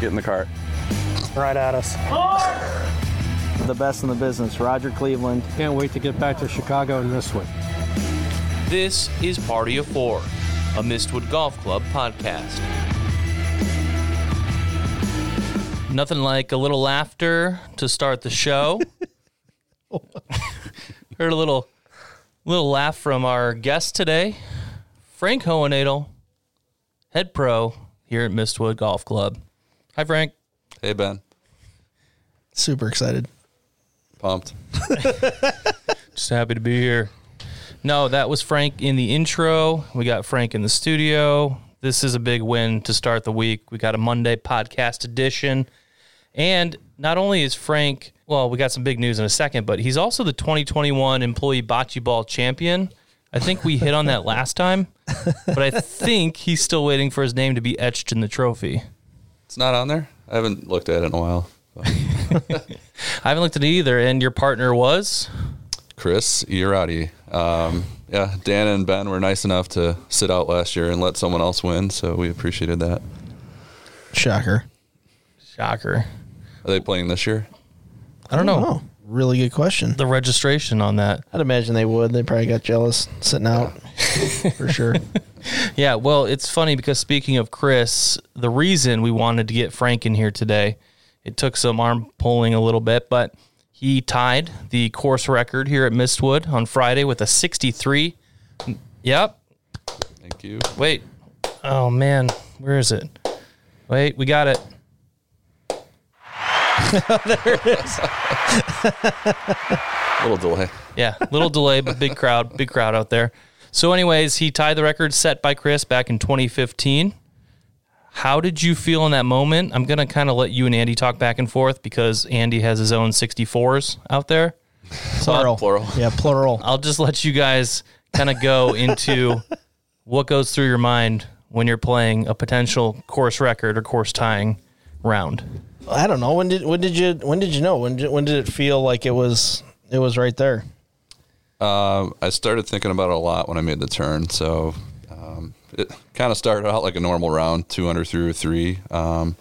Get in the cart. right at us. The best in the business, Roger Cleveland. Can't wait to get back to Chicago in this one. This is Party of Four, a Mistwood Golf Club podcast. Nothing like a little laughter to start the show. Heard a little little laugh from our guest today, Frank Hohenadel, head pro here at Mistwood Golf Club. Hi, Frank. Hey Ben, Super excited. pumped. Just happy to be here. No, that was Frank in the intro. We got Frank in the studio. This is a big win to start the week. We got a Monday podcast edition. And not only is Frank, well, we got some big news in a second, but he's also the 2021 Employee Bocce Ball Champion. I think we hit on that last time, but I think he's still waiting for his name to be etched in the trophy. It's not on there. I haven't looked at it in a while. But I haven't looked at it either. And your partner was? Chris Urati. Um, yeah, Dan and Ben were nice enough to sit out last year and let someone else win, so we appreciated that. Shocker. Shocker. Are they playing this year? I don't know. Oh, Really good question. The registration on that. I'd imagine they would. They probably got jealous sitting out for sure. Yeah, well, it's funny because speaking of Chris, the reason we wanted to get Frank in here today, it took some arm pulling a little bit, but he tied the course record here at Mistwood on Friday with a 63. Yep. Thank you. Wait. Oh man, where is it? Wait, we got it. little delay. Yeah, little delay, but big crowd, big crowd out there. So, anyways, he tied the record set by Chris back in 2015. How did you feel in that moment? I'm gonna kind of let you and Andy talk back and forth because Andy has his own 64s out there. Plural. Plural. Yeah, plural. I'll just let you guys kind of go into what goes through your mind when you're playing a potential course record or course tying round. I don't know. When did when did you when did you know? When did, when did it feel like it was it was right there? Um, I started thinking about it a lot when I made the turn. So um, it kind of started out like a normal round, two under through three, um,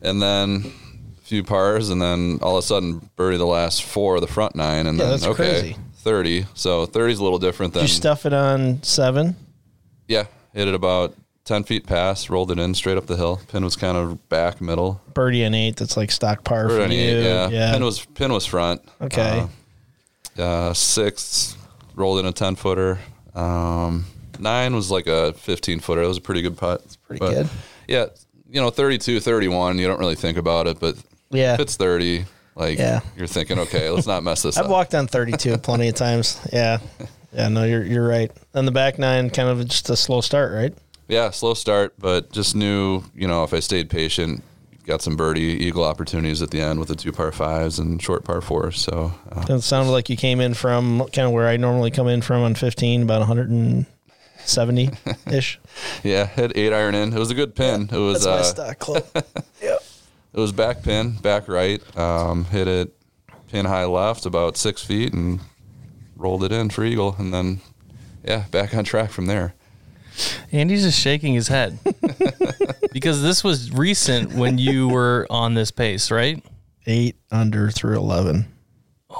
and then a few pars, and then all of a sudden birdie the last four of the front nine, and Yeah, then that's okay, crazy. thirty. So thirty's a little different than Did you stuff it on seven? yeah. Hit it about ten feet past, rolled it in straight up the hill. Pin was kind of back middle. Birdie and eight. That's like stock par Bird for on you. eight, yeah. yeah. Pin was pin was front. okay. Uh, uh, sixth rolled in a 10 footer. Um, nine was like a 15 footer. That was a pretty good putt. It's pretty good. Yeah. You know, 32, 31, you don't really think about it, but yeah. if it's 30, like Yeah. you're thinking, okay, let's not mess this I've up. walked on 32 plenty of times. Yeah. Yeah, no, you're you're right. And the back nine kind of just a slow start, right? yeah. Slow start, but just knew, you know, if I stayed patient, got some birdie eagle opportunities at the end with the two par fives and short par fours. So uh, It sounded like you came in from kind of where I normally come in from on 15, about 170 ish. yeah, hit eight iron in. It was a good pin. it was uh, club. It was back pin, back right. Um, hit it pin high left about six feet and rolled it in for eagle, and then yeah, back on track from there. Andy's just shaking his head because this was recent when you were on this pace, right? Eight under through 11.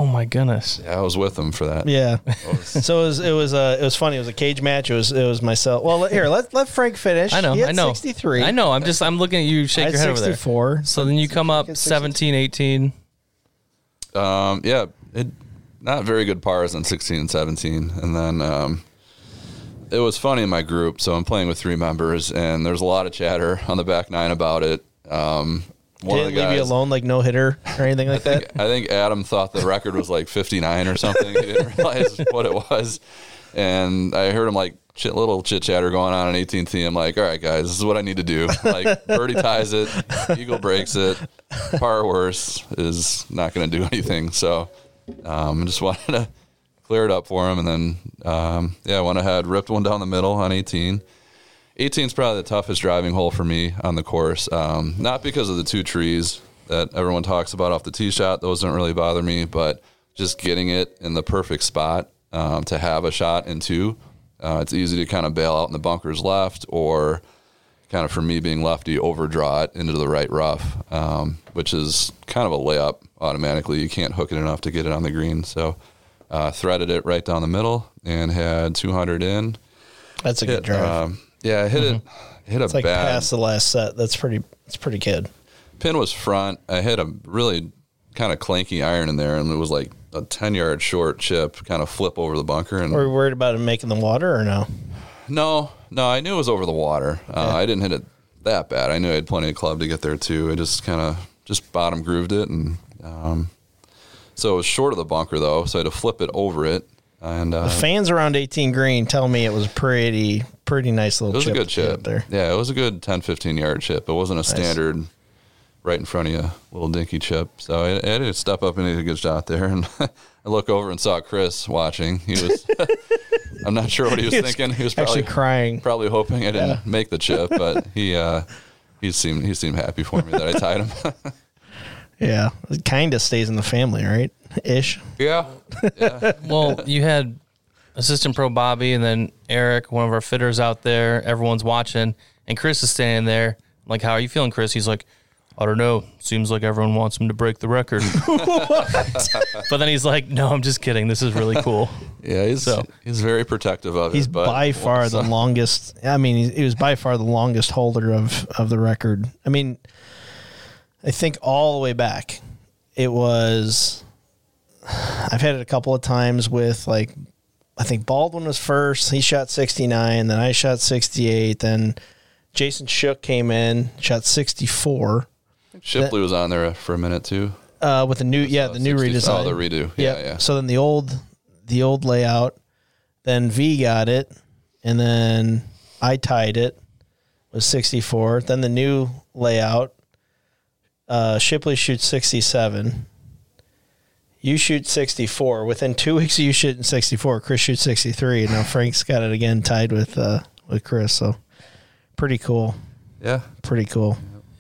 Oh my goodness. Yeah, I was with him for that. Yeah. so it was it was uh, it was funny. It was a cage match. It was it was myself. Well, here let let Frank finish. I know. He had I know. 63. I know. I'm just. I'm looking at you. I Shake had your head over there. 64. So then you come up 17, 18. Um, yeah, it not very good pars on 16 and 17, and then um, it was funny in my group. So I'm playing with three members, and there's a lot of chatter on the back nine about it. Um, one Didn't of the leave guys, you alone like no hitter or anything like that. I think Adam thought the record was like 59 or something. He didn't realize what it was. And I heard him like chit, little chit chatter going on in 18th tee. I'm like, all right, guys, this is what I need to do. Like, birdie ties it, eagle breaks it, par worse is not going to do anything. So um, I just wanted to clear it up for him. And then, um, yeah, I went ahead, ripped one down the middle on 18. 18 is probably the toughest driving hole for me on the course. Um, not because of the two trees that everyone talks about off the tee shot; those don't really bother me. But just getting it in the perfect spot um, to have a shot in two, uh, it's easy to kind of bail out in the bunkers left or kind of for me being lefty, overdraw it into the right rough, um, which is kind of a layup automatically. You can't hook it enough to get it on the green. So uh, threaded it right down the middle and had 200 in. That's a good drive. Mm-hmm. Um, yeah, I hit it. Hit a it's like bad past the last set. That's pretty. It's pretty good. pin was front. I hit a really kind of clanky iron in there, and it was like a ten yard short chip, kind of flip over the bunker. And Were you worried about it making the water or no? no, no, I knew it was over the water. Uh, I didn't hit it that bad. I knew I had plenty of club to get there too. I just kind of just bottom grooved it, and um, so it was short of the bunker though, so I had to flip it over it. And uh, Fans around 18 green tell me it was pretty, pretty nice little. It was chip a good to get chip. there. Yeah, it was a good 10, 15 yard chip. It wasn't a standard right in front of you little dinky chip. So I, I had to step up and get a good shot there. And I look over and saw Chris watching. He was, I'm not sure what he was, He was thinking. He was probably Actually crying. probably hoping I didn't make the chip, but he, uh, he seemed he seemed happy for me that I tied him. Yeah, it kind of stays in the family, right? Ish. yeah, Well, you had assistant pro Bobby and then Eric, one of our fitters out there. Everyone's watching, and Chris is standing there. I'm like, how are you feeling, Chris? He's like, I don't know. Seems like everyone wants him to break the record. but then he's like, No, I'm just kidding. This is really cool. yeah. He's So- he's very protective of He's it. But by far the longest. I mean, he, he was by far the longest holder of of the record. I mean, I think all the way back, it was. I've had it a couple of times with like, I think Baldwin was first. He shot sixty nine. Then I shot sixty eight. Then Jason Shook came in, shot sixty four. Shipley was on there for a minute too. Uh, with the new, yeah, the new 60 redesign. Oh, the redo. Yeah. Yeah, yeah. So then the old the old layout, then V got it, and then I tied it with 64. Then the new layout, uh, Shipley shoots 67. You shoot 64. Within two weeks of you shooting 64, Chris shoots 63. And now Frank's got it again tied with uh, with Chris. So pretty cool. yeah. Pretty cool.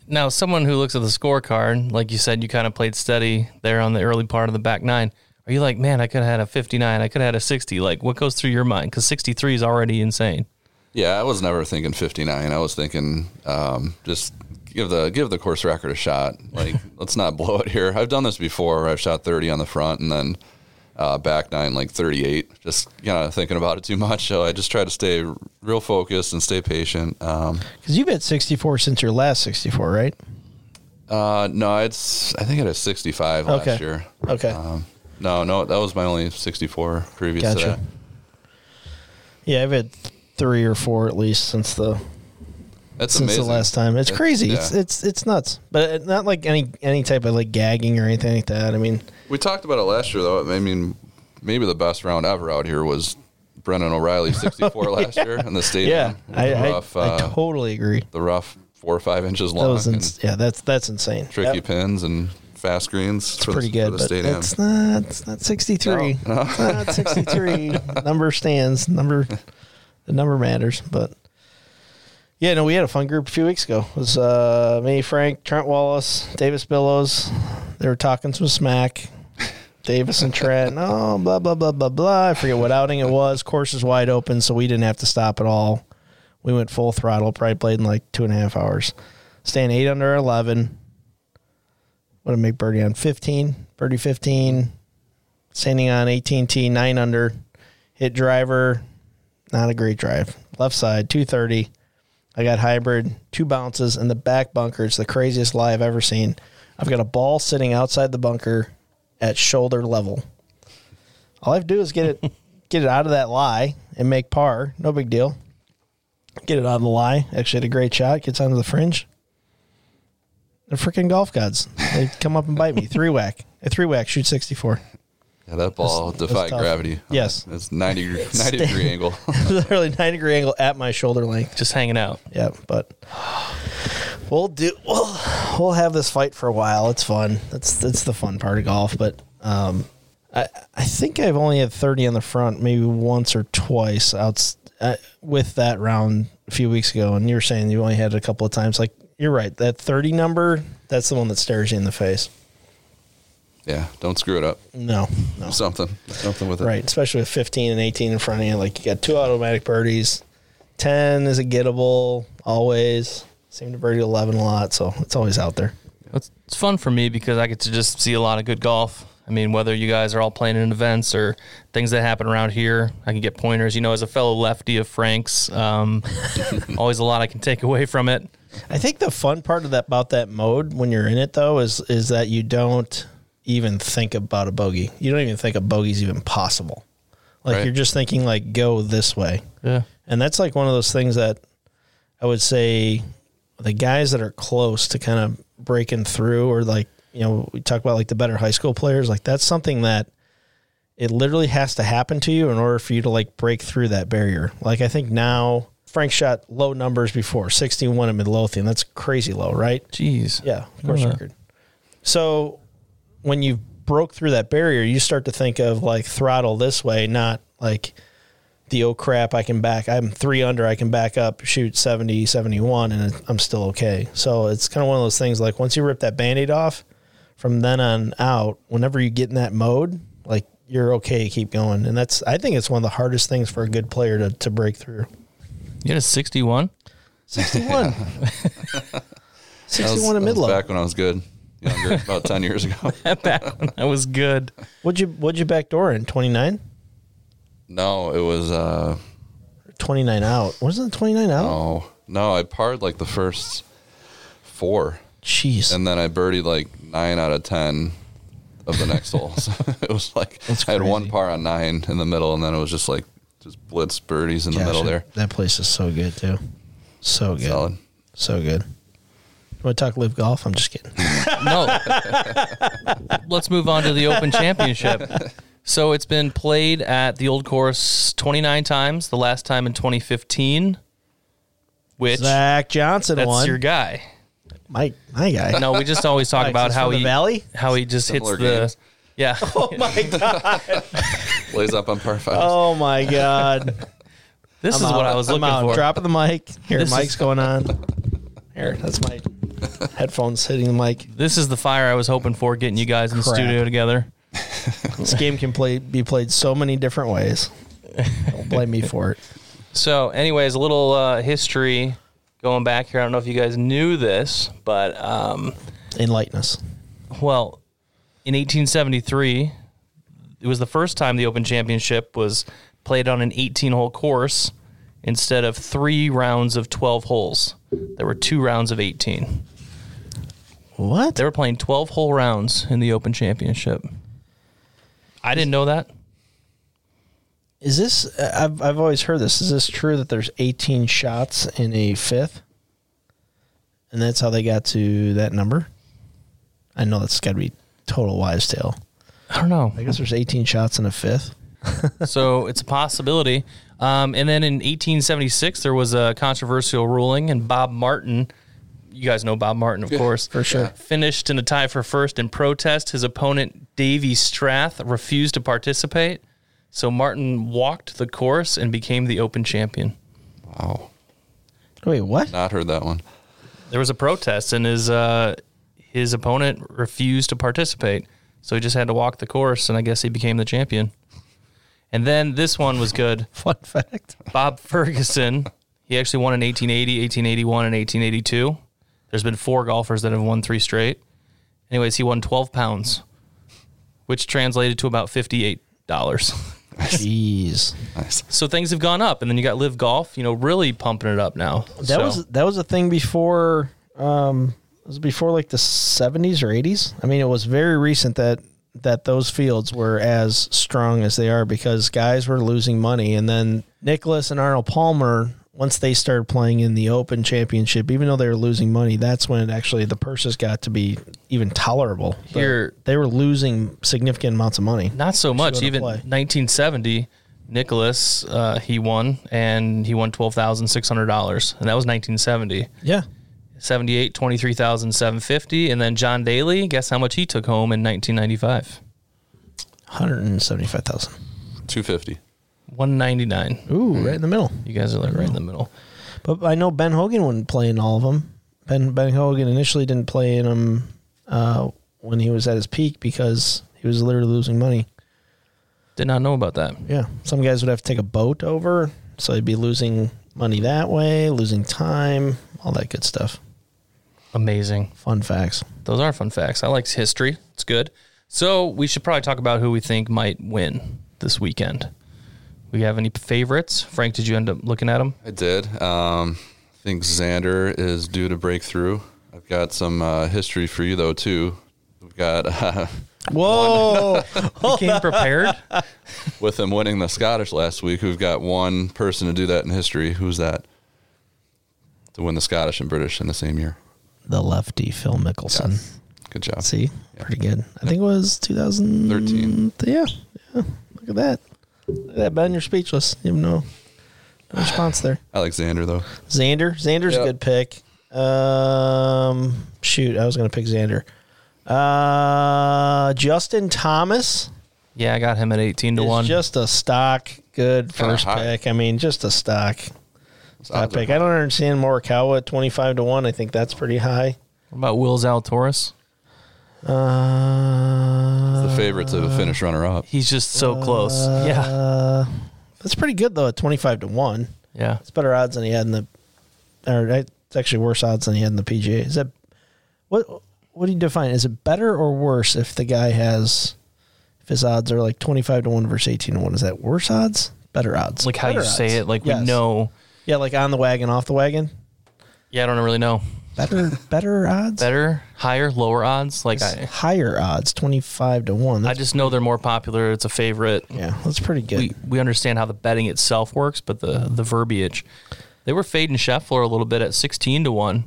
Now, someone who looks at the scorecard, like you said, you kind of played steady there on the early part of the back nine. Are you like, man, I could have had a 59, I could have had a 60? Like, what goes through your mind? Because 63 is already insane. Yeah, I was never thinking 59. I was thinking um, just give the give the course record a shot. Like, let's not blow it here. I've done this before. Where I've shot 30 on the front and then uh, back nine like 38. Just you know thinking about it too much. So I just try to stay real focused and stay patient. Um, Because you've had 64 since your last 64, right? uh, no, it's I think it was 65 last Okay. year. Okay. Um, no, no, that was my only 64 previous to Gotcha. that. Yeah, I've had three or four at least since the That's since amazing. the last time. It's That- crazy. yeah. It's it's it's nuts. But it- not like any any type of like gagging or anything like that. I mean, We talked about it last year, though. I mean, maybe the best round ever out here was Brendan O'Reilly, 64 last year in the yeah, stadium. With I the I, rough, I uh, totally agree. the rough four or five inches That long, was and ins- yeah, that's that's insane. tricky That- pins and fast greens. It's pretty the, good, for the but stadium. it's not it's not sixty three. It's not sixty three. number stands. Number the number matters, but. Yeah, no, we had a fun group a few weeks ago. It was uh, me, Frank, Trent Wallace, Davis Billows. They were talking some smack. Davis and Trent. Oh, blah blah blah blah blah. I forget what outing it was. Course is wide open, so we didn't have to stop at all. We went full throttle. Probably played in like two and a half hours. Staying eight under eleven. What did I make birdie on fifteen? Birdie fifteen. Standing on eighteen t nine under. Hit driver. Not a great drive. Left side two thirty. I got hybrid, two bounces, and the back bunker. It's the craziest lie I've ever seen. I've got a ball sitting outside the bunker at shoulder level. All I have to do is get it get it out of that lie and make par. No big deal. Get it out of the lie. Actually had a great shot. Gets onto the fringe. They're freaking golf gods. They come up and bite me. Three whack. A three whack, shoot sixty four. yeah, that ball defied tough. gravity. Yes. It's 90, degree- 90 Stay- degree angle. Literally nine degree angle at my shoulder length. Just hanging out. Yeah, but we'll do. We'll, we'll have this fight for a while. It's fun. That's that's the fun part of golf. But um, I I think I've only had thirty on the front, maybe once or twice out uh, with that round a few weeks ago. And you were saying you only had it a couple of times. Like you're right. That thirty number. That's the one that stares you in the face. yeah, don't screw it up. No, no. Something, something with it. Right, especially with 15 and 18 in front of you. Like you got two automatic birdies. 10 is a gettable always. Seem to birdie 11 a lot, so it's always out there. It's, it's fun for me because I get to just see a lot of good golf. I mean, whether you guys are all playing in events or things that happen around here, I can get pointers. You know, as a fellow lefty of Frank's, um, always a lot I can take away from it. I think the fun part of that about that mode when you're in it though is is that you don't even think about a bogey. You don't even think a bogey's even possible. Like Right. you're just thinking like go this way. Yeah. And that's like one of those things that I would say the guys that are close to kind of breaking through or like, you know, we talk about like the better high school players, like that's something that it literally has to happen to you in order for you to like break through that barrier. Like I think now Frank shot low numbers before, 61 in Midlothian. That's crazy low, right? Jeez. Yeah, of course record. So when you broke through that barrier, you start to think of like throttle this way, not like the oh crap, I can back, I'm three under, I can back up, shoot 70, 71, and I'm still okay. So it's kind of one of those things like once you rip that band aid off, from then on out, whenever you get in that mode, like you're okay, keep going. And that's, I think it's one of the hardest things for a good player to, to break through. You had a 61? 61. 61 in That was mid Back when I was good, younger, about ten years ago. Back when I was good. What'd you, what'd you backdoor in? 29? No, it was uh 29 out. Wasn't it 29 out? oh no, I parred like the first four, Jeez. and then I birdied like nine out of ten of the next hole. So it was like That's I had one crazy. par on nine in the middle, and then it was just like just blitz birdies in the Gosh, middle that- there. That place is so good, too. So good. Solid. So good. Want to talk live golf? I'm just kidding. No. Let's move on to the Open Championship. So it's been played at the old course 29 times, the last time in 2015, which Zach Johnson that's won. your guy. my, my guy. No, we just always talk Mike, about he's how from the he Oh Valley? how he just hits Similar the games. yeah. Lays up on par five. Oh, my God. this is I'm what out. I was I'm looking out. for. Dropping the mic. Here, This mic's is- going on. Here, that's my headphones hitting the mic. This is the fire I was hoping for, getting you guys in the Crap. studio together. This game can play be played so many different ways. Don't blame me for it. So, anyways, a little uh, history going back here. I don't know if you guys knew this, but um, Enlighten us. well, in 1873, it was the first time the Open Championship was played on an 18-hole course instead of three rounds of 12 holes. There were two rounds of 18. What? They were playing 12 hole rounds in the Open Championship. I didn't know that. Is this? uh, I've I've always heard this. Is this true that there's 18 shots in a fifth, and that's how they got to that number? I know that's got to be total wives' tale. I don't know. I guess there's 18 shots in a fifth. so it's a possibility. Um, and then in 1876, there was a controversial ruling, and Bob Martin, you guys know Bob Martin, of course, for sure, finished in a tie for first in protest. His opponent, Davy Strath, refused to participate. So Martin walked the course and became the Open champion. Wow. Wait, what? Not heard that one. There was a protest, and his uh, his opponent refused to participate, so he just had to walk the course, and I guess he became the champion. And then this one was good. Fun fact. Bob Ferguson. He actually won in 1880, 1881, and 1882. There's been four golfers that have won three straight. Anyways, he won 12 pounds, which translated to about $58. Jeez, Nice. So things have gone up. And then you got Live Golf, you know, really pumping it up now. that So- was that was a thing before. Um, it was before like the 70s or 80s. I mean, it was very recent that that those fields were as strong as they are because guys were losing money and then Nicholas and Arnold Palmer once they started playing in the Open Championship, even though they were losing money, that's when it actually the purses got to be even tolerable. But Here- they were losing significant amounts of money. Not so much. wanna Even play. 1970, Nicholas uh, he won and he won twelve thousand six hundred dollars, and that was 1970. Yeah, 78, 23,750, and then John Daly. Guess how much he took home in 1995? hundred and seventy-five thousand. Two fifty. 199. Ooh, right in the middle. You guys are like right in the middle. But I know Ben Hogan wouldn't play in all of them. Ben Ben Hogan initially didn't play in them uh, when he was at his peak because he was literally losing money. Did not know about that. Yeah, some guys would have to take a boat over, so they'd be losing money that way, losing time, all that good stuff. Amazing. Fun facts. Those are fun facts. I like history. It's good. So we should probably talk about who we think might win this weekend. We have any favorites? Frank, did you end up looking at them? I did. Um, I think Xander is due to break through. I've got some uh, history for you though too. We've got uh, Whoa. You came prepared. with him winning the Scottish last week. We've got one person to do that in history. Who's that? To win the Scottish and British in the same year. the lefty Phil Mickelson. Good job. See, pretty good. I think it was 2000. 13. Yeah. yeah. Look at that. Look at that, Ben. You're speechless. You have no, no response there. Alexander though. Xander. Xander's Yep. a good pick. Um, shoot, I was going to pick Xander. Uh, Justin Thomas Yeah, I got him at 18 to is 1. just a stock good Kinda first high. pick. I mean, just a stock Odds are stock pick. I don't understand Morikawa at 25 to 1. I think that's pretty high. what about Will's Altoris? Uh, the favorite to finish runner up. He's just so close. Yeah. Uh, that's pretty good though at twenty five to one. Yeah. It's better odds than he had in the, or it's actually worse odds than he had in the PGA. Is that what? What do you define? Is it better or worse if the guy has, if his odds are like twenty five to one versus eighteen to one? Is that worse odds? Better odds. Like how Better you odds. say it. Like Yes. we know. Yeah, like on the wagon, off the wagon. Yeah, I don't really know. Better, better odds. Better, higher, lower odds. Like I, Higher odds, twenty five to one. I That's, just know they're more popular. It's a favorite. yeah, that's pretty good. we, we understand how the betting itself works, but the the verbiage. They were fading Scheffler a little bit at sixteen to one.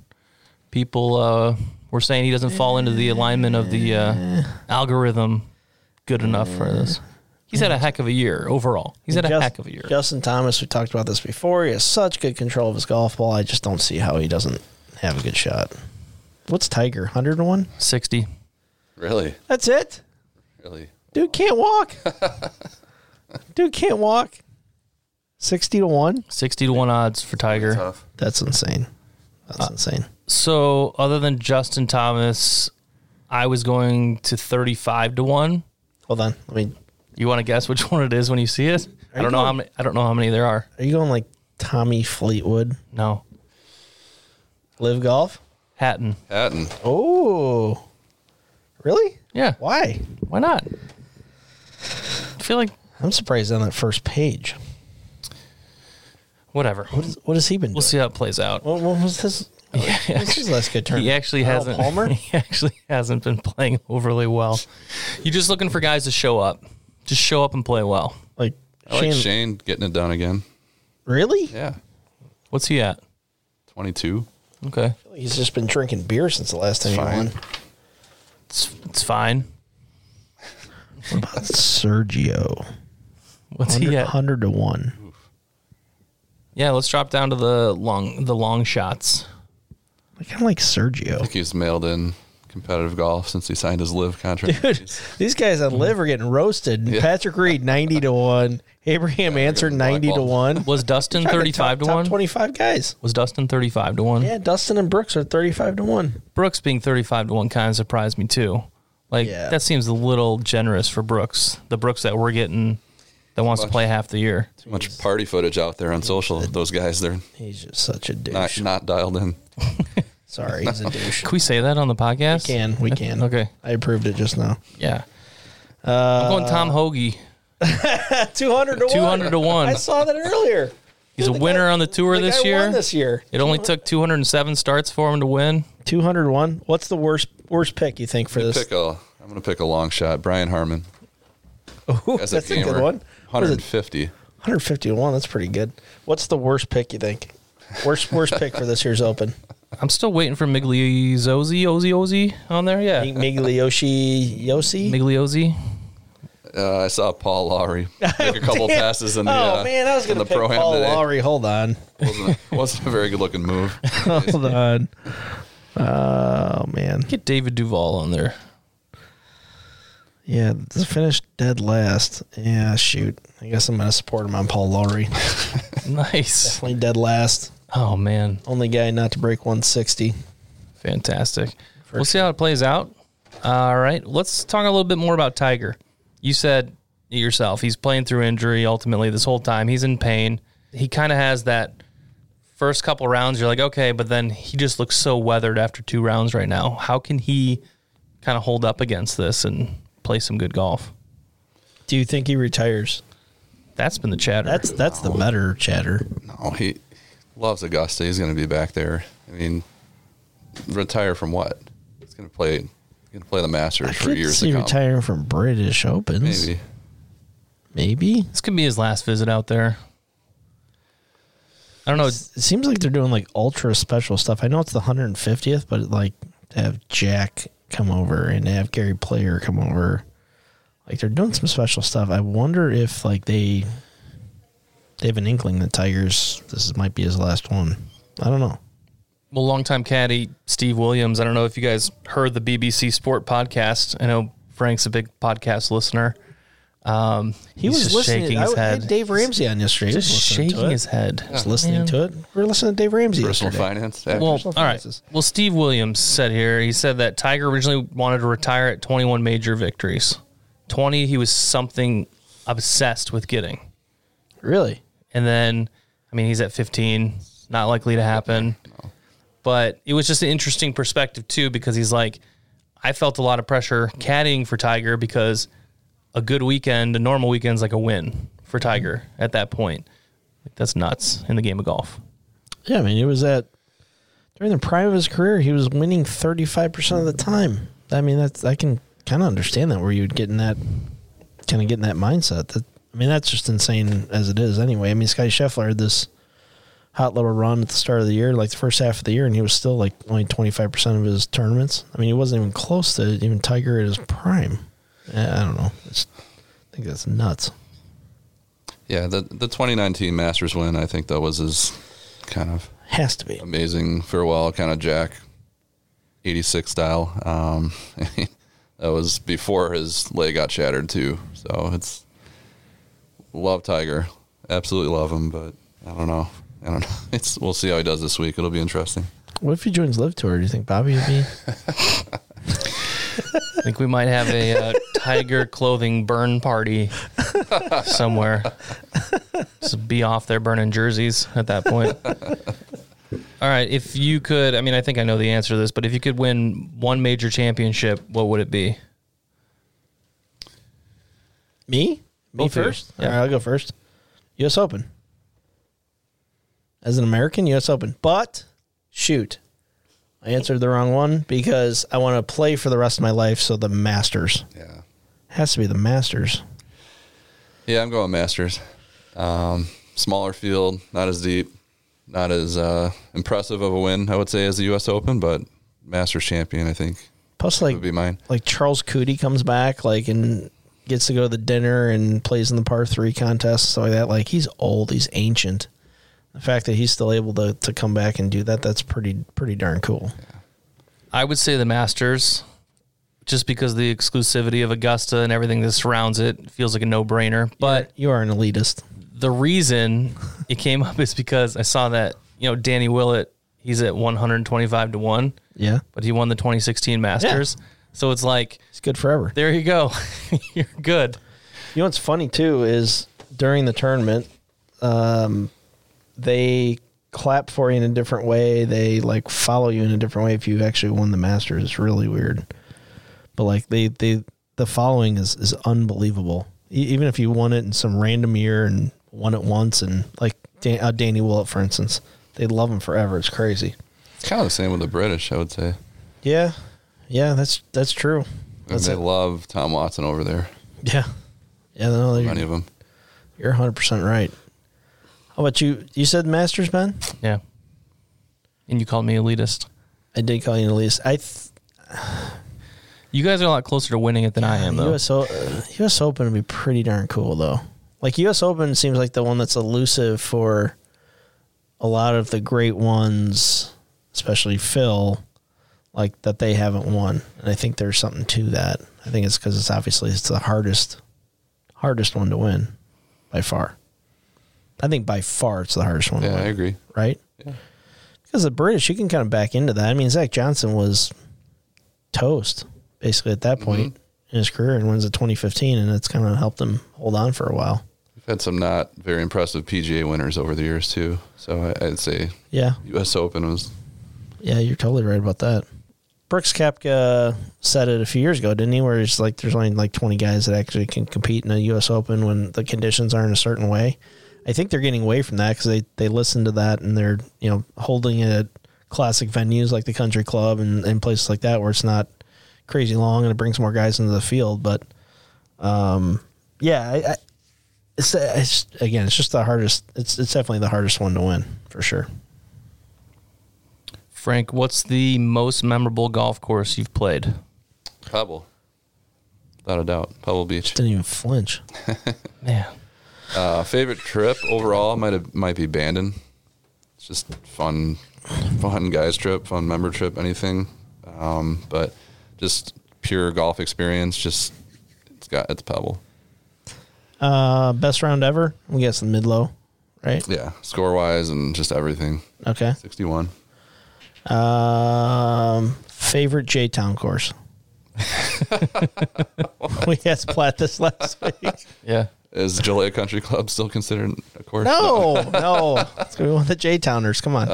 People uh, were saying he doesn't fall into the alignment of the uh, algorithm good enough for this. He's had a heck of a year overall. He's had a Just- heck of a year. Justin Thomas, we talked about this before. He has such good control of his golf ball. I just don't see how he doesn't have a good shot. What's Tiger? 101? Sixty. Really? That's it? Really? Dude can't walk. Dude can't walk. 60 to 1? 60 to 1 odds for Tiger. Tough. That's insane. Uh, That's insane. So, other than Justin Thomas, I was going to 35 to 1. Hold on. I mean, You want to guess which one it is when you see it? I don't know how many I don't know how many there are. are you going like Tommy Fleetwood? No. Live golf? Hatton. Hatton. Oh. Really? Yeah. Why? Why not? I feel like I'm surprised on that first page. whatever. What, is, what has he been We'll doing? see how it plays out. What, what was this? This is less good turn. He actually Earl hasn't. Palmer? He actually hasn't been playing overly well. You're just looking for guys to show up, just show up and play well. Like, I like Shane getting it done again. Really? Yeah. What's he at? Twenty two. Okay, He's just been drinking beer since the last time Fine. he won. it's it's fine. What about Sergio? What's 100, he at? 100 to 1. Yeah, let's drop down to the long the long shots. I kind of like Sergio. He's mailed in competitive golf since he signed his live contract. These guys on live are getting roasted. Patrick Reed, 90 to 1. Abraham Answer, getting blackballed. 90 to 1. Was Dustin 35 top, to top 1? 25 guys. Was Dustin 35 to 1? Yeah, Dustin and Brooks are 35 to 1. Brooks being 35 to 1 kind of surprised me too. Like Yeah. that seems a little generous for Brooks. The Brooks that we're getting that wants to play half the year. Too much party footage out there on social. Those guys, they're He's just such a not, douche. not dialed in. Sorry, he's a douche. Can we say that on the podcast? We can. We can. Okay. I approved it just now. Yeah. Uh, I'm going Tom Hoagie. 200 to 1. 200 to 1. I saw that earlier. He's a winner on the tour The this guy year. won this year. It only took 207 starts for him to win. 201. What's the worst worst pick you think for this? Pick a. I'm gonna pick a long shot. Brian Harmon. Ooh, As Oh, that's a, gamer, good one. What is it? 150. 150 to 1. That's pretty good. What's the worst pick you think? Worst worst pick for this year's open? I'm still waiting for Migliozzi, Ozzy, Ozzy on there. Yeah. Miglioshi Yossi? Migliozzi. Uh, I saw Paul Lowry make a couple damn. passes in the. oh, uh, man. I was in going to the pick pro-am Paul today. Lowry. Hold on. Wasn't, wasn't a very good looking move. Hold on. Oh, man. Get David Duval on there. Yeah, this finished dead last. Yeah, shoot. I guess I'm going to support him on Paul Lowry. Nice. Only dead last. Oh, man. Only guy not to break 160. Fantastic. we'll see how it plays out. All right. Let's talk a little bit more about Tiger. You said it yourself he's playing through injury ultimately this whole time. He's in pain. He kind of has that first couple rounds, you're like, okay, but then he just looks so weathered after two rounds right now. How can he kind of hold up against this and play some good golf? Do you think he retires? That's been the chatter. That's that's the better chatter. Oh, he loves Augusta. He's going to be back there. I mean, retire from what? He's going to play. he's Going to play the Masters I for could years see to come. retiring from British Opens. Maybe. Maybe. this could be his last visit out there. I don't know. It seems like they're doing like ultra special stuff. I know it's the 150th, but like to have Jack come over and to have Gary Player come over, like they're doing some special stuff. I wonder if like they they have an inkling that Tigers this is- might be his last one. I don't know. Well, longtime caddy Steve Williams. I don't know if you guys heard the BBC Sport podcast. I know Frank's a big podcast listener. Um, He was listening. I w- I had Dave Ramsey on yesterday. He was just listening to shaking it. his head. Just listening Man. to it. We are listening to Dave Ramsey. Personal yesterday. finance. Well, all Personal right. finances. Well, Steve Williams said here, he said that Tiger originally wanted to retire at 21 major victories. 20, he was something obsessed with getting. Really? And then, I mean, he's at 15, not likely to happen. But it was just an interesting perspective, too, because he's like, I felt a lot of pressure caddying for Tiger because a good weekend, a normal weekend's like a win for Tiger at that point. Like, that's nuts in the game of golf. Yeah, I mean, it was at during the prime of his career, he was winning thirty five percent of the time. I mean, that's I can kind of understand that where you'd get in that kind of get in that mindset. That I mean, that's just insane as it is. Anyway, I mean, Scotty Scheffler had this hot little run at the start of the year, like the first half of the year, and he was still like only twenty five percent of his tournaments. I mean, he wasn't even close to even Tiger at his prime. I I don't know. It's, I think that's nuts. yeah, the the 2019 Masters win, I think that was his kind of Has to be. Um, amazing farewell, kind of Jack, 86 style. Um, that was before his leg got shattered too. So it's love Tiger, absolutely love him, but I don't know. I don't know. It's we'll see how he does this week. It'll be interesting. What if he joins Live Tour? Do you think Bobby would be? I think we might have a uh, tiger clothing burn party somewhere. Just be off there burning jerseys at that point. All right, if you could, I mean, I think I know the answer to this, but if you could win one major championship, what would it be? Me? Me Both of you. first? Yeah. All right, I'll go first. U.S. Open. As an American, U.S. Open. But, shoot, I answered the wrong one because I want to play for the rest of my life. So the Masters Yeah, has to be the Masters. yeah. I'm going Masters. Um, smaller field, not as deep, not as uh, impressive of a win, I would say, as the U.S. Open, but Masters champion, I think, Plus, would like, be mine. like Charles Cootie comes back, like, and gets to go to the dinner and plays in the par three contest, stuff like that. Like, he's old, he's ancient. The fact that he's still able to, to come back and do that, that's pretty pretty darn cool. I would say the Masters, just because of the exclusivity of Augusta and everything that surrounds it feels like a no brainer. But You are an elitist. the reason it came up is because I saw that, you know, Danny Willett, he's at 125 to 1. Yeah. but he won the 2016 Masters. So it's like, It's good forever. there you go. You're good. You know what's funny too is during the tournament, um, they clap for you in a different way. They like follow you in a different way if you actually won the Masters. It's really weird, but like they they the following is is unbelievable. E- even if you won it in some random year and won it once, and like Dan, uh, Danny Willett, for instance, they love him forever. It's crazy. It's kind of the same with the British, I would say. Yeah, yeah, that's that's true. And That's they it. love Tom Watson over there. Yeah, yeah, no, Many you're, of them. you're 100 percent right. How about you? You said Masters, Ben. Yeah. And you called me elitist. I did call you an elitist. I th- You guys are a lot closer to winning it than I am, though. US, o- uh, US Open would be pretty darn cool though. Like US Open seems like the one that's elusive for a lot of the great ones, especially Phil, like that they haven't won. And I think there's something to that. I think it's because it's obviously it's the hardest, hardest one to win by far. I think by far it's the hardest one. Yeah, to I win. agree. right? Because the British, you can kind of back into that. I mean, Zach Johnson was toast basically at that point in his career and wins the 2015, and that's kind of helped him hold on for a while. We've had some not very impressive PGA winners over the years too. So I, I'd say Yeah. U.S. Open was Yeah, you're totally right about that. Brooks Kepka said it a few years ago, didn't he? Where it's like there's only like 20 guys that actually can compete in a U.S. Open when the conditions aren't a certain way. I think they're getting away from that because they, they listen to that and they're you know holding it at classic venues like the Country Club and, and places like that where it's not crazy long and it brings more guys into the field. But um, yeah, I, I, it's, it's again, it's just the hardest. It's it's definitely the hardest one to win for sure. Frank, what's the most memorable golf course you've played? Pebble, without a doubt. Pebble Beach. Didn't even flinch. Man, Uh, favorite trip overall might have, might be Bandon. It's just fun, fun guys trip, fun member trip, anything. Um, but just pure golf experience. Just it's got it's Pebble. Uh, best round ever. I'm guessing mid low, right? Yeah, score wise and just everything. Okay. Sixty one. Um, favorite J Town course. we asked Platt this last week. yeah. Is Gillette Country Club still considered a course? No, no, it's gonna be one of the J Towners. Come on,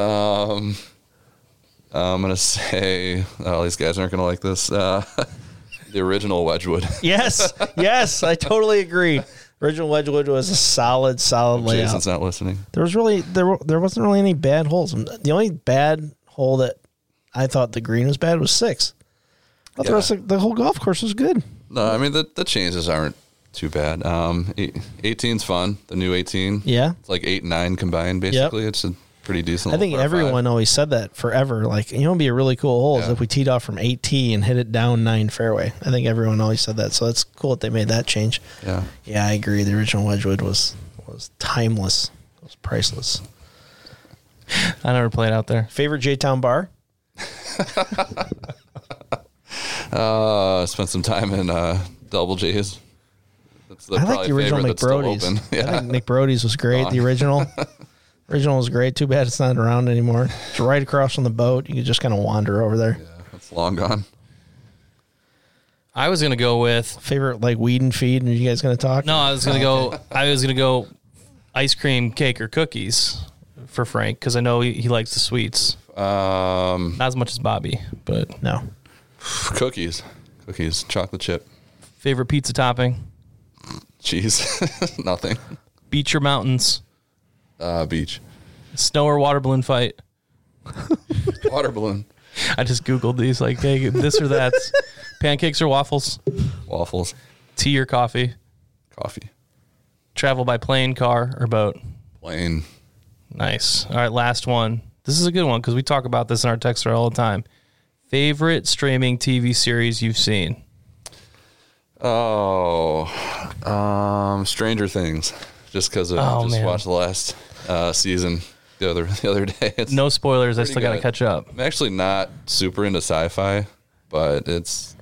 Uh, I'm gonna say oh, these guys aren't gonna like this. Uh, the original Wedgwood. yes, yes, I totally agree. Original Wedgwood was a solid, solid layout. Jason's not listening. There was really there wa- there wasn't really any bad holes. The only bad hole that I thought the green was bad was six. I thought the, Yeah. rest of the whole golf course was good. No, I mean the the changes aren't too bad. Um, eight- 18's fun. The new eighteen. Yeah. it's like eight and nine combined. Basically, it's a pretty decent. I think little par five. everyone always said that forever. Like, you know, it'd be a really cool hole is Yeah. if we teed off from 8T and hit it down nine fairway. I think everyone always said that. So that's cool that they made that change. Yeah, Yeah, I agree. The original Wedgwood was was timeless. It was priceless. I never played out there. Favorite J Town bar? uh, spent some time in uh, Double J's. That's the I like probably the original favorite that's still McBrody's. open. Yeah, I think McBrody's was great. The original. original was great. Too bad it's not around anymore. It's right across from the boat. You could just kind of wander over there. it's long gone. I was gonna go with Favorite like weed and feed? Are you guys going to talk? no. I was gonna go. I was gonna go ice cream, cake, or cookies for Frank because I know he, he likes the sweets. Um, Not as much as Bobby, but No. cookies, cookies, chocolate chip, favorite pizza topping: cheese, nothing. beach or mountains, Uh, beach, snow or water balloon fight. water balloon, I just googled these like hey, this or that, pancakes or waffles, waffles, tea or coffee, coffee, travel by plane, car, or boat. plane. Nice. All right, last one. This is a good one because we talk about this in our text thread all the time. Favorite streaming TV series you've seen? Oh, um, Stranger Things. Just because I Oh, just man. watched the last uh, season the other the other day. It's, No spoilers. I Pretty still got to good. catch up. I'm actually not super into sci-fi, but it's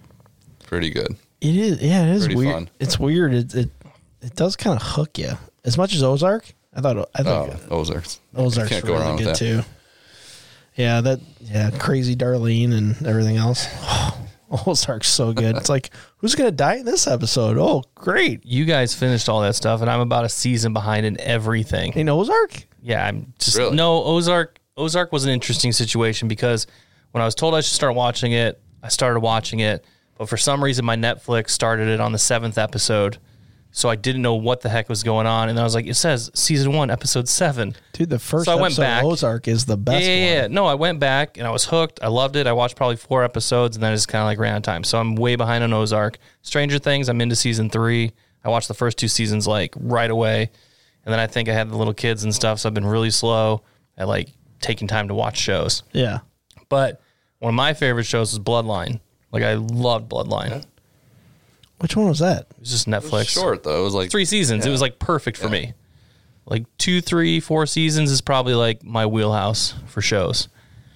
pretty good. It is. Yeah, it is Pretty weird. fun. It's weird. It it, it does kind of hook you as much as Ozark. I thought I Oh, thought Ozarks. Oh, Ozark's can't go really wrong with that. good too. Yeah, that yeah, crazy Darlene and everything else. Ozark's so good. It's like who's gonna die in this episode? Oh, great! You guys finished all that stuff, and I'm about a season behind in everything. In Ozark, Yeah, I'm just Really? no Ozark. Ozark was an interesting situation because when I was told I should start watching it, I started watching it, but for some reason my Netflix started it on the seventh episode, so I didn't know what the heck was going on, and I was like, it says season one, episode seven. dude, the first So I went episode back. of Ozark is the Yeah, best. yeah, one. yeah. No, I went back and I was hooked. I loved it. I watched probably four episodes and then I just kind of like ran out of time. So I'm way behind on Ozark. Stranger Things, I'm into season three. I watched the first two seasons like right away. And then I think I had the little kids and stuff. So I've been really slow at like taking time to watch shows. yeah. But one of my favorite shows was Bloodline. Like I loved Bloodline. It Which one was that? was just Netflix. Short though. It was like Three seasons. It was like perfect for me. Like two, three, four seasons is probably like my wheelhouse for shows.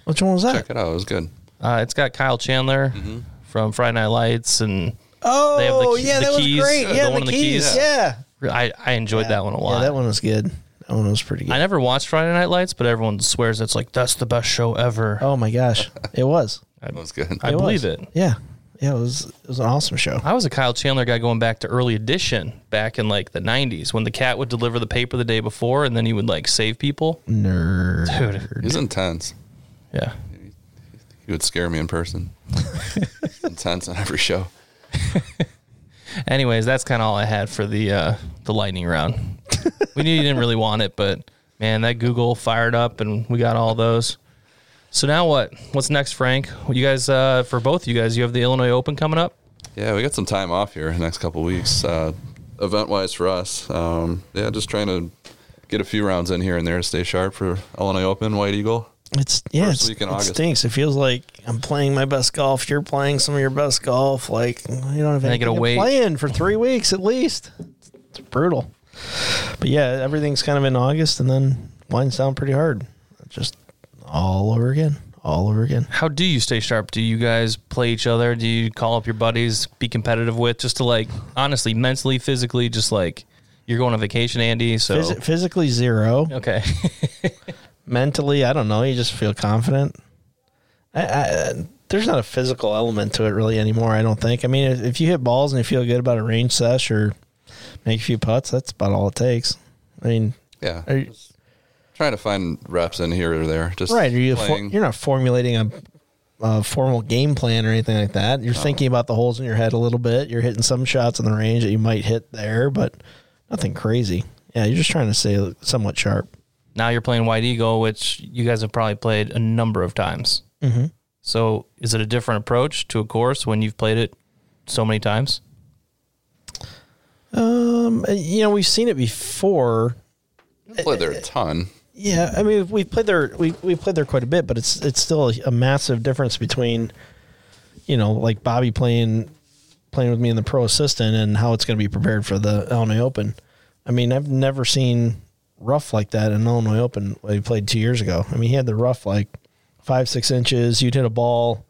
Which one was that? Check it out. It was good. Uh, it's got Kyle Chandler Mm-hmm. from Friday Night Lights, and Oh, They have the key- yeah, the that keys, Uh, was great. the Yeah, one the, with the keys. keys. Yeah, I, I enjoyed that one a lot. yeah, that one was good. That one was pretty good. I never watched Friday Night Lights, but everyone swears it's like that's the best show ever. Oh my Oh gosh, it was. It was good. I It believe was. it. Yeah. yeah, it was it was an awesome show. I was a Kyle Chandler guy going back to early edition back in like the 90s when the cat would deliver the paper the day before and then he would like save people. Nerd. Dude. He's intense. Yeah. He would scare me in person. intense on every show. Anyways, that's kind of all I had for the uh, the lightning round. we knew you didn't really want it, but man, that Google fired up and we got all those. So now what? What's next, Frank? Well, you guys, uh, for both you guys, you have the Illinois Open coming up. Yeah, we got some time off here the next couple weeks, uh, event wise for us. Um, yeah, just trying to get a few rounds in here and there to stay sharp for Illinois Open, White Eagle. It's yeah, First it's, week in it August. stinks. It feels like I'm playing my best golf. You're playing some of your best golf. Like you don't have I gotta anything to wait. play in for three weeks at least. It's brutal. But yeah, everything's kind of in August, and then winds down pretty hard. Just all over again, all over again. How do you stay sharp? Do you guys play each other? Do you call up your buddies, be competitive with, just to like honestly, mentally, physically, just like you're going on vacation, Andy. So Phys- physically zero. okay, mentally, I don't know. You just feel confident. I, I, there's not a physical element to it really anymore. I don't think. I mean, if, if you hit balls and you feel good about a range sesh or make a few putts, that's about all it takes. I mean, Yeah, are you, trying to find reps in here or there. Just right? Are you? For, playing. you're not formulating a, a formal game plan or anything like that. You're thinking about the holes in your head a little bit. You're hitting some shots in the range that you might hit there, but nothing crazy. Yeah, you're just trying to stay somewhat sharp. now you're playing White Eagle, which you guys have probably played a number of times. Mm-hmm. So is it a different approach to a course when you've played it so many times? Um, you know, we've seen it before. play there a ton. Yeah, I mean we played there we we played there quite a bit, but it's it's still a, a massive difference between, you know, like Bobby playing playing with me in the pro assistant and how it's going to be prepared for the Illinois Open. I mean, I've never seen rough like that in Illinois Open. When he played two years ago. I mean, he had the rough like five six inches. You'd hit a ball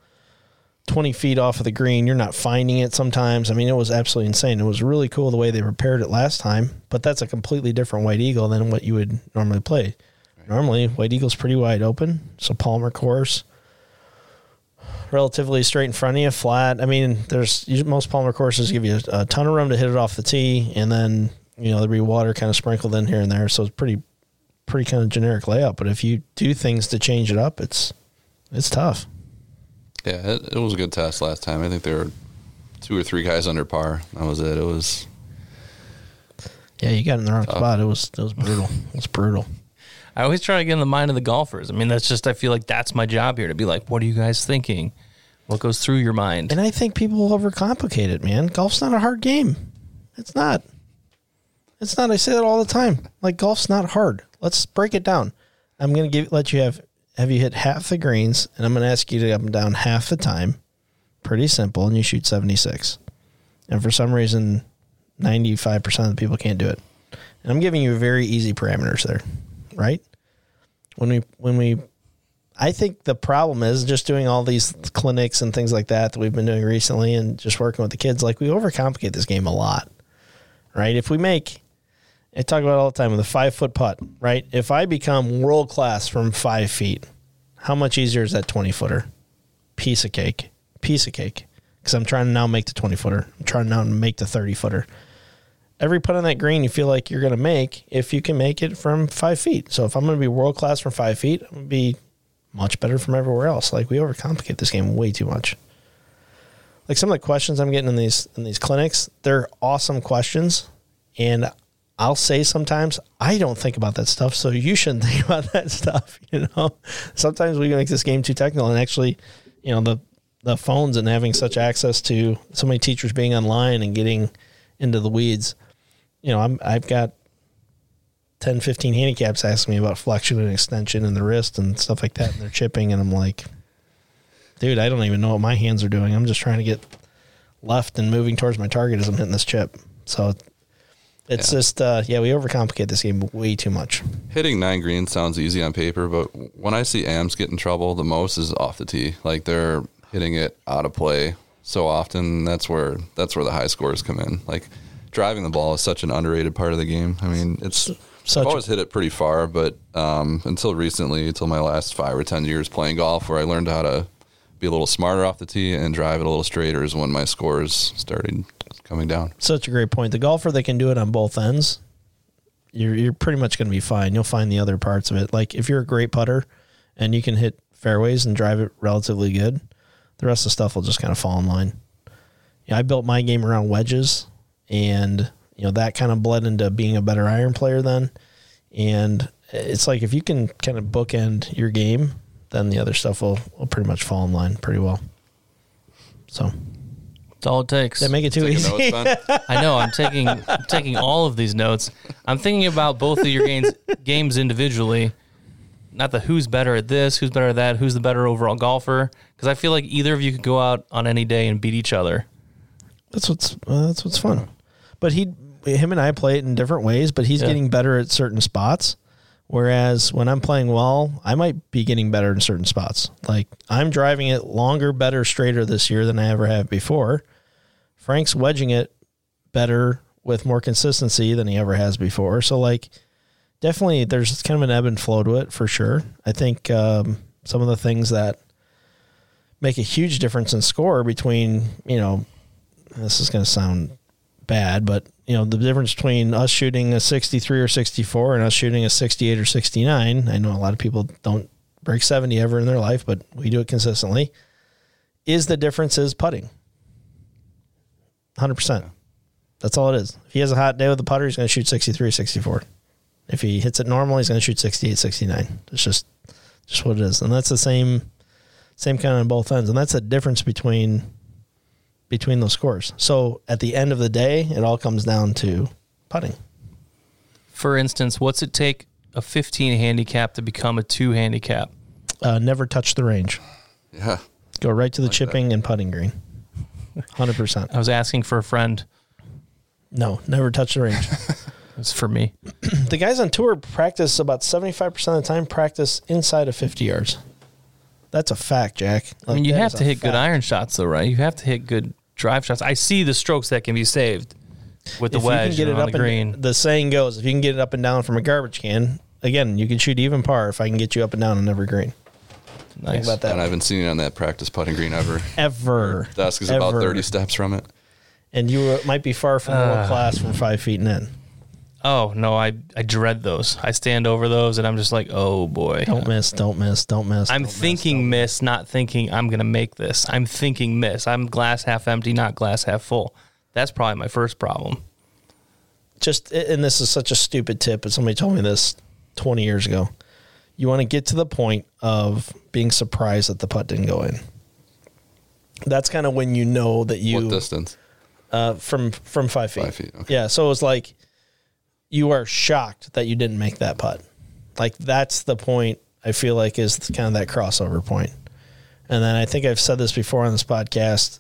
twenty feet off of the green. You're not finding it sometimes. I mean, it was absolutely insane. It was really cool the way they prepared it last time. But that's a completely different White Eagle than what you would normally play. Normally, White Eagle's pretty wide open. So Palmer course, relatively straight in front of you, flat. I mean, there's usu- most Palmer courses give you a, a ton of room to hit it off the tee, and then you know there'll be water kind of sprinkled in here and there. So it's pretty, pretty kind of generic layout. But if you do things to change it up, it's it's tough. Yeah, it, it was a good test last time. I think there were two or three guys under par. That was it. It was Yeah, you got in the wrong spot. It was it was brutal. It was brutal. I always try to get in the mind of the golfers. I mean, that's just I feel like that's my job here to be like, what are you guys thinking? What goes through your mind? And I think people overcomplicate it, man. Golf's not a hard game. It's not. It's not. I say that all the time. Like golf's not hard. Let's break it down. I'm gonna give let you have have you hit half the greens, and I'm gonna ask you to up and down half the time. Pretty simple, and you shoot 76. And for some reason, 95 percent of the people can't do it. And I'm giving you very easy parameters there, right? When we when we I think the problem is just doing all these clinics and things like that that we've been doing recently and just working with the kids. Like, we overcomplicate this game a lot, right? If we make, I talk about it all the time with a five foot putt, right? If I become world class from five feet, how much easier is that 20 footer? Piece of cake, piece of cake. Because I'm trying to now make the 20 footer, I'm trying now to make the 30 footer. Every putt on that green you feel like you're going to make if you can make it from five feet. So if I'm going to be world class from five feet, I'm going to be much better from everywhere else. Like we overcomplicate this game way too much. Like some of the questions I'm getting in these in these clinics, they're awesome questions, and I'll say sometimes I don't think about that stuff, so you shouldn't think about that stuff. You know, sometimes we make this game too technical, and actually, you know the the phones and having such access to so many teachers being online and getting into the weeds. You know, I'm I've got 10, 15 handicaps asking me about flexion and extension in the wrist and stuff like that. And they're chipping. And I'm like, dude, I don't even know what my hands are doing. I'm just trying to get left and moving towards my target as I'm hitting this chip. So it's just, uh, yeah, we overcomplicate this game way too much. hitting nine greens sounds easy on paper, but when I see AMs get in trouble the most is off the tee. Like they're hitting it out of play so often. That's where that's where the high scores come in. Like driving the ball is such an underrated part of the game. I mean, it's such- I've always hit it pretty far, but um, until recently, until my last five or ten years playing golf, where I learned how to be a little smarter off the tee and drive it a little straighter is when my scores started coming down. Such a great point. The golfer that can do it on both ends, you're you're pretty much going to be fine. You'll find the other parts of it. Like if you're a great putter and you can hit fairways and drive it relatively good, the rest of the stuff will just kind of fall in line. Yeah, I built my game around wedges, and you know that kind of bled into being a better iron player then. And it's like if you can kind of bookend your game, then the other stuff will, will pretty much fall in line pretty well. So That's all it takes. they make it too Taking easy. notes, Ben? I know. I'm taking I'm taking all of these notes. I'm thinking about both of your games games individually. Not the who's better at this, who's better at that, who's the better overall golfer. Because I feel like either of you could go out on any day and beat each other. That's what's uh, that's what's fun. But he, him, and I play it in different ways. But he's Yeah. getting better at certain spots, whereas when I'm playing well, I might be getting better in certain spots. Like I'm driving it longer, better, straighter this year than I ever have before. Frank's wedging it better with more consistency than he ever has before. So like, definitely, there's kind of an ebb and flow to it for sure. I think um, some of the things that make a huge difference in score between you know this is going to sound bad, but you know the difference between us shooting a 63 or 64 and us shooting a 68 or 69. I know a lot of people don't break 70 ever in their life, but we do it consistently. Is the difference is putting. 100%. That's all it is. If he has a hot day with the putter, he's going to shoot 63 64. If he hits it normal, he's going to shoot 68 69. It's just just what it is. And that's the same same kind on both ends. And that's the difference between between those scores. So at the end of the day, it all comes down to putting. For instance, what's it take a 15 handicap to become a two handicap? Uh, never touch the range. yeah. Go right to the chipping and putting green. 100%. I was asking for a friend. No, never touch the range. It's for me. the guys on tour practice about 75% of the time practice inside of 50 yards. That's a fact, Jack. I mean, you Like, that have is to a hit good fact. iron shots, though, right? You have to hit good drive shots. I see the strokes that can be saved with the if wedge you can get and it on up the green. and the saying goes, if you can get it up and down from a garbage can, again, you can shoot even par if I can get you up and down on every green. Think nice. about And I that. haven't seen it on that practice putting green ever. Ever. Desk is about Ever. 30 steps from it. and you were- might be far from world class from five feet and in. Oh no, I I dread those. I stand over those, and I'm just like, oh boy. Don't miss, don't miss, don't miss. I'm don't miss. thinking miss, not thinking I'm gonna make this. I'm thinking miss. I'm glass half empty, not glass half full. That's probably my first problem. just, and this is such a stupid tip, but somebody told me this 20 years ago. You want to get to the point of being surprised that the putt didn't go in. That's kind of when you know that you What distance? uh, from from five feet. Five feet, okay. Yeah, so it's like you are shocked that you didn't make that putt. Like that's the point I feel like is kind of that crossover point. And then I think I've said this before on this podcast.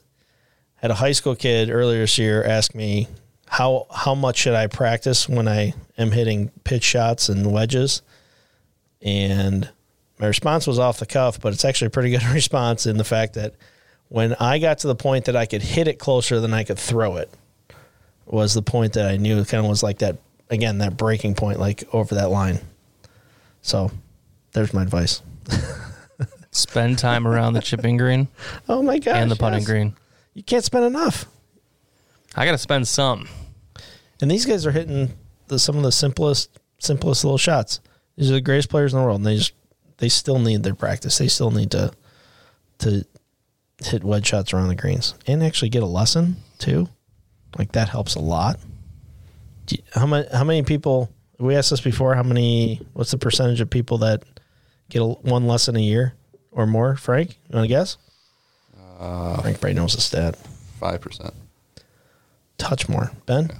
Had a high school kid earlier this year ask me how how much should I practice when I am hitting pitch shots and wedges, and my response was off the cuff, but it's actually a pretty good response in the fact that when I got to the point that I could hit it closer than I could throw it, was the point that I knew it kind of was like that again that breaking point like over that line. So there's my advice. Spend time around the chipping green Oh my gosh. and the putting yes. green. You can't spend enough. I gotta spend some. And these guys are hitting the, some of the simplest simplest little shots. These are the greatest players in the world and they just they still need their practice. They still need to to hit wedge shots around the greens and actually get a lesson too. Like that helps a lot. Do you- How many how many people we asked this before how many what's the percentage of people that get a, one lesson a year or more, Frank? You want to guess? Frank probably knows the stat. 5%. Touch more. Ben?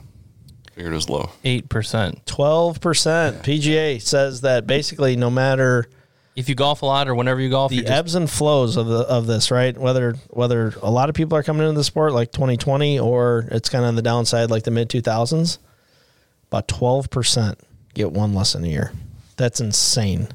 Figured it was low. Eight percent. Twelve percent. PGA says that basically, no matter If you golf a lot or whenever you golf, the you're just- ebbs and flows of the of this, right? Whether whether a lot of people are coming into the sport like 2020, or it's kind of on the downside like the mid 2000s, about twelve percent get one lesson a year. That's insane.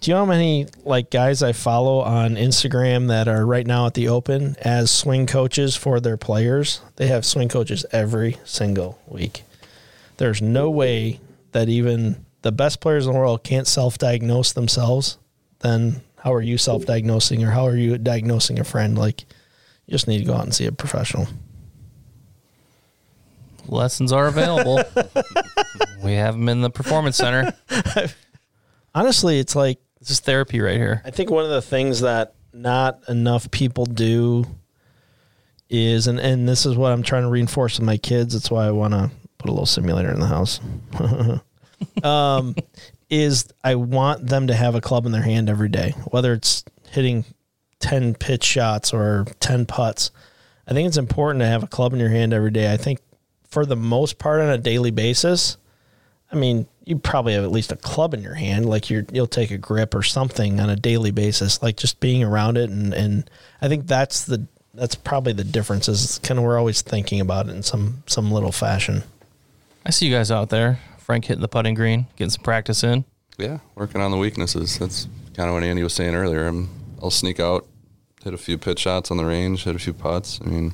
Do you know how many like guys I follow on Instagram that are right now at the Open as swing coaches for their players? They have swing coaches every single week. There's no way that even the best players in the world can't self-diagnose themselves than how are you self-diagnosing or how are you diagnosing a friend? Like, you just need to go out and see a professional. Lessons are available. we have them in the performance center. Honestly, it's like This is therapy right here. I think one of the things that not enough people do is, and, and this is what I'm trying to reinforce with my kids. That's why I want to put a little simulator in the house. um, is I want them to have a club in their hand every day, whether it's hitting 10 pitch shots or 10 putts. I think it's important to have a club in your hand every day. I think for the most part on a daily basis, I mean, you probably have at least a club in your hand, like you're you'll take a grip or something on a daily basis, like just being around it and and I think that's the that's probably the difference is kind of we're always thinking about it in some some little fashion. I see you guys out there. Frank hitting the putting green, getting some practice in. Yeah, working on the weaknesses. That's kind of what Andy was saying earlier. I'm, I'll sneak out, hit a few pitch shots on the range, hit a few putts. I mean,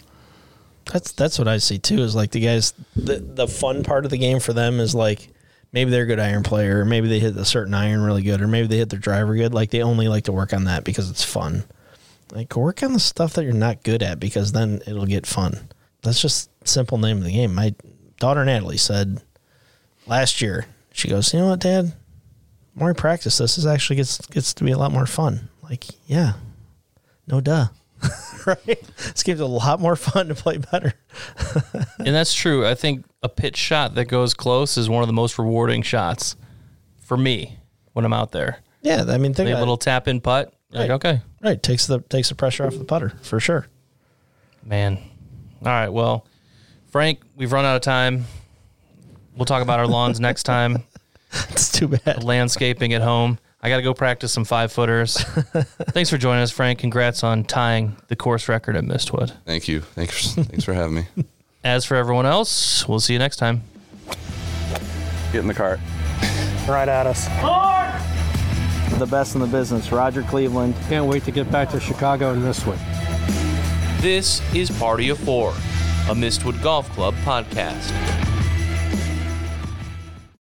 That's that's what I see too. Is like the guys, the the fun part of the game for them is like maybe they're a good iron player, or maybe they hit a certain iron really good, or maybe they hit their driver good. Like they only like to work on that because it's fun. Like work on the stuff that you're not good at because then it'll get fun. That's just simple name of the game. My daughter Natalie said last year, she goes, you know what, Dad? The more I practice this, this actually gets gets to be a lot more fun. Like yeah, no duh. right? This game's a lot more fun to play better. And that's true. I think a pitch shot that goes close is one of the most rewarding shots for me when I'm out there. Yeah, I mean, think They about have a little tap in putt. You're Like, okay, it. right takes the takes the pressure off the putter for sure. man. All right. Well, Frank, we've run out of time. We'll talk about our lawns next time. It's too bad. Landscaping at home. I got to go practice some five footers. Thanks for joining us, Frank. Congrats on tying the course record at Mistwood. thank you. Thanks, thanks for having me. As for everyone else, we'll see you next time. Get in the cart. Right at us. The best in the business, Roger Cleveland. Can't wait to get back to Chicago in this one. This is Party of Four, a Mistwood Golf Club podcast.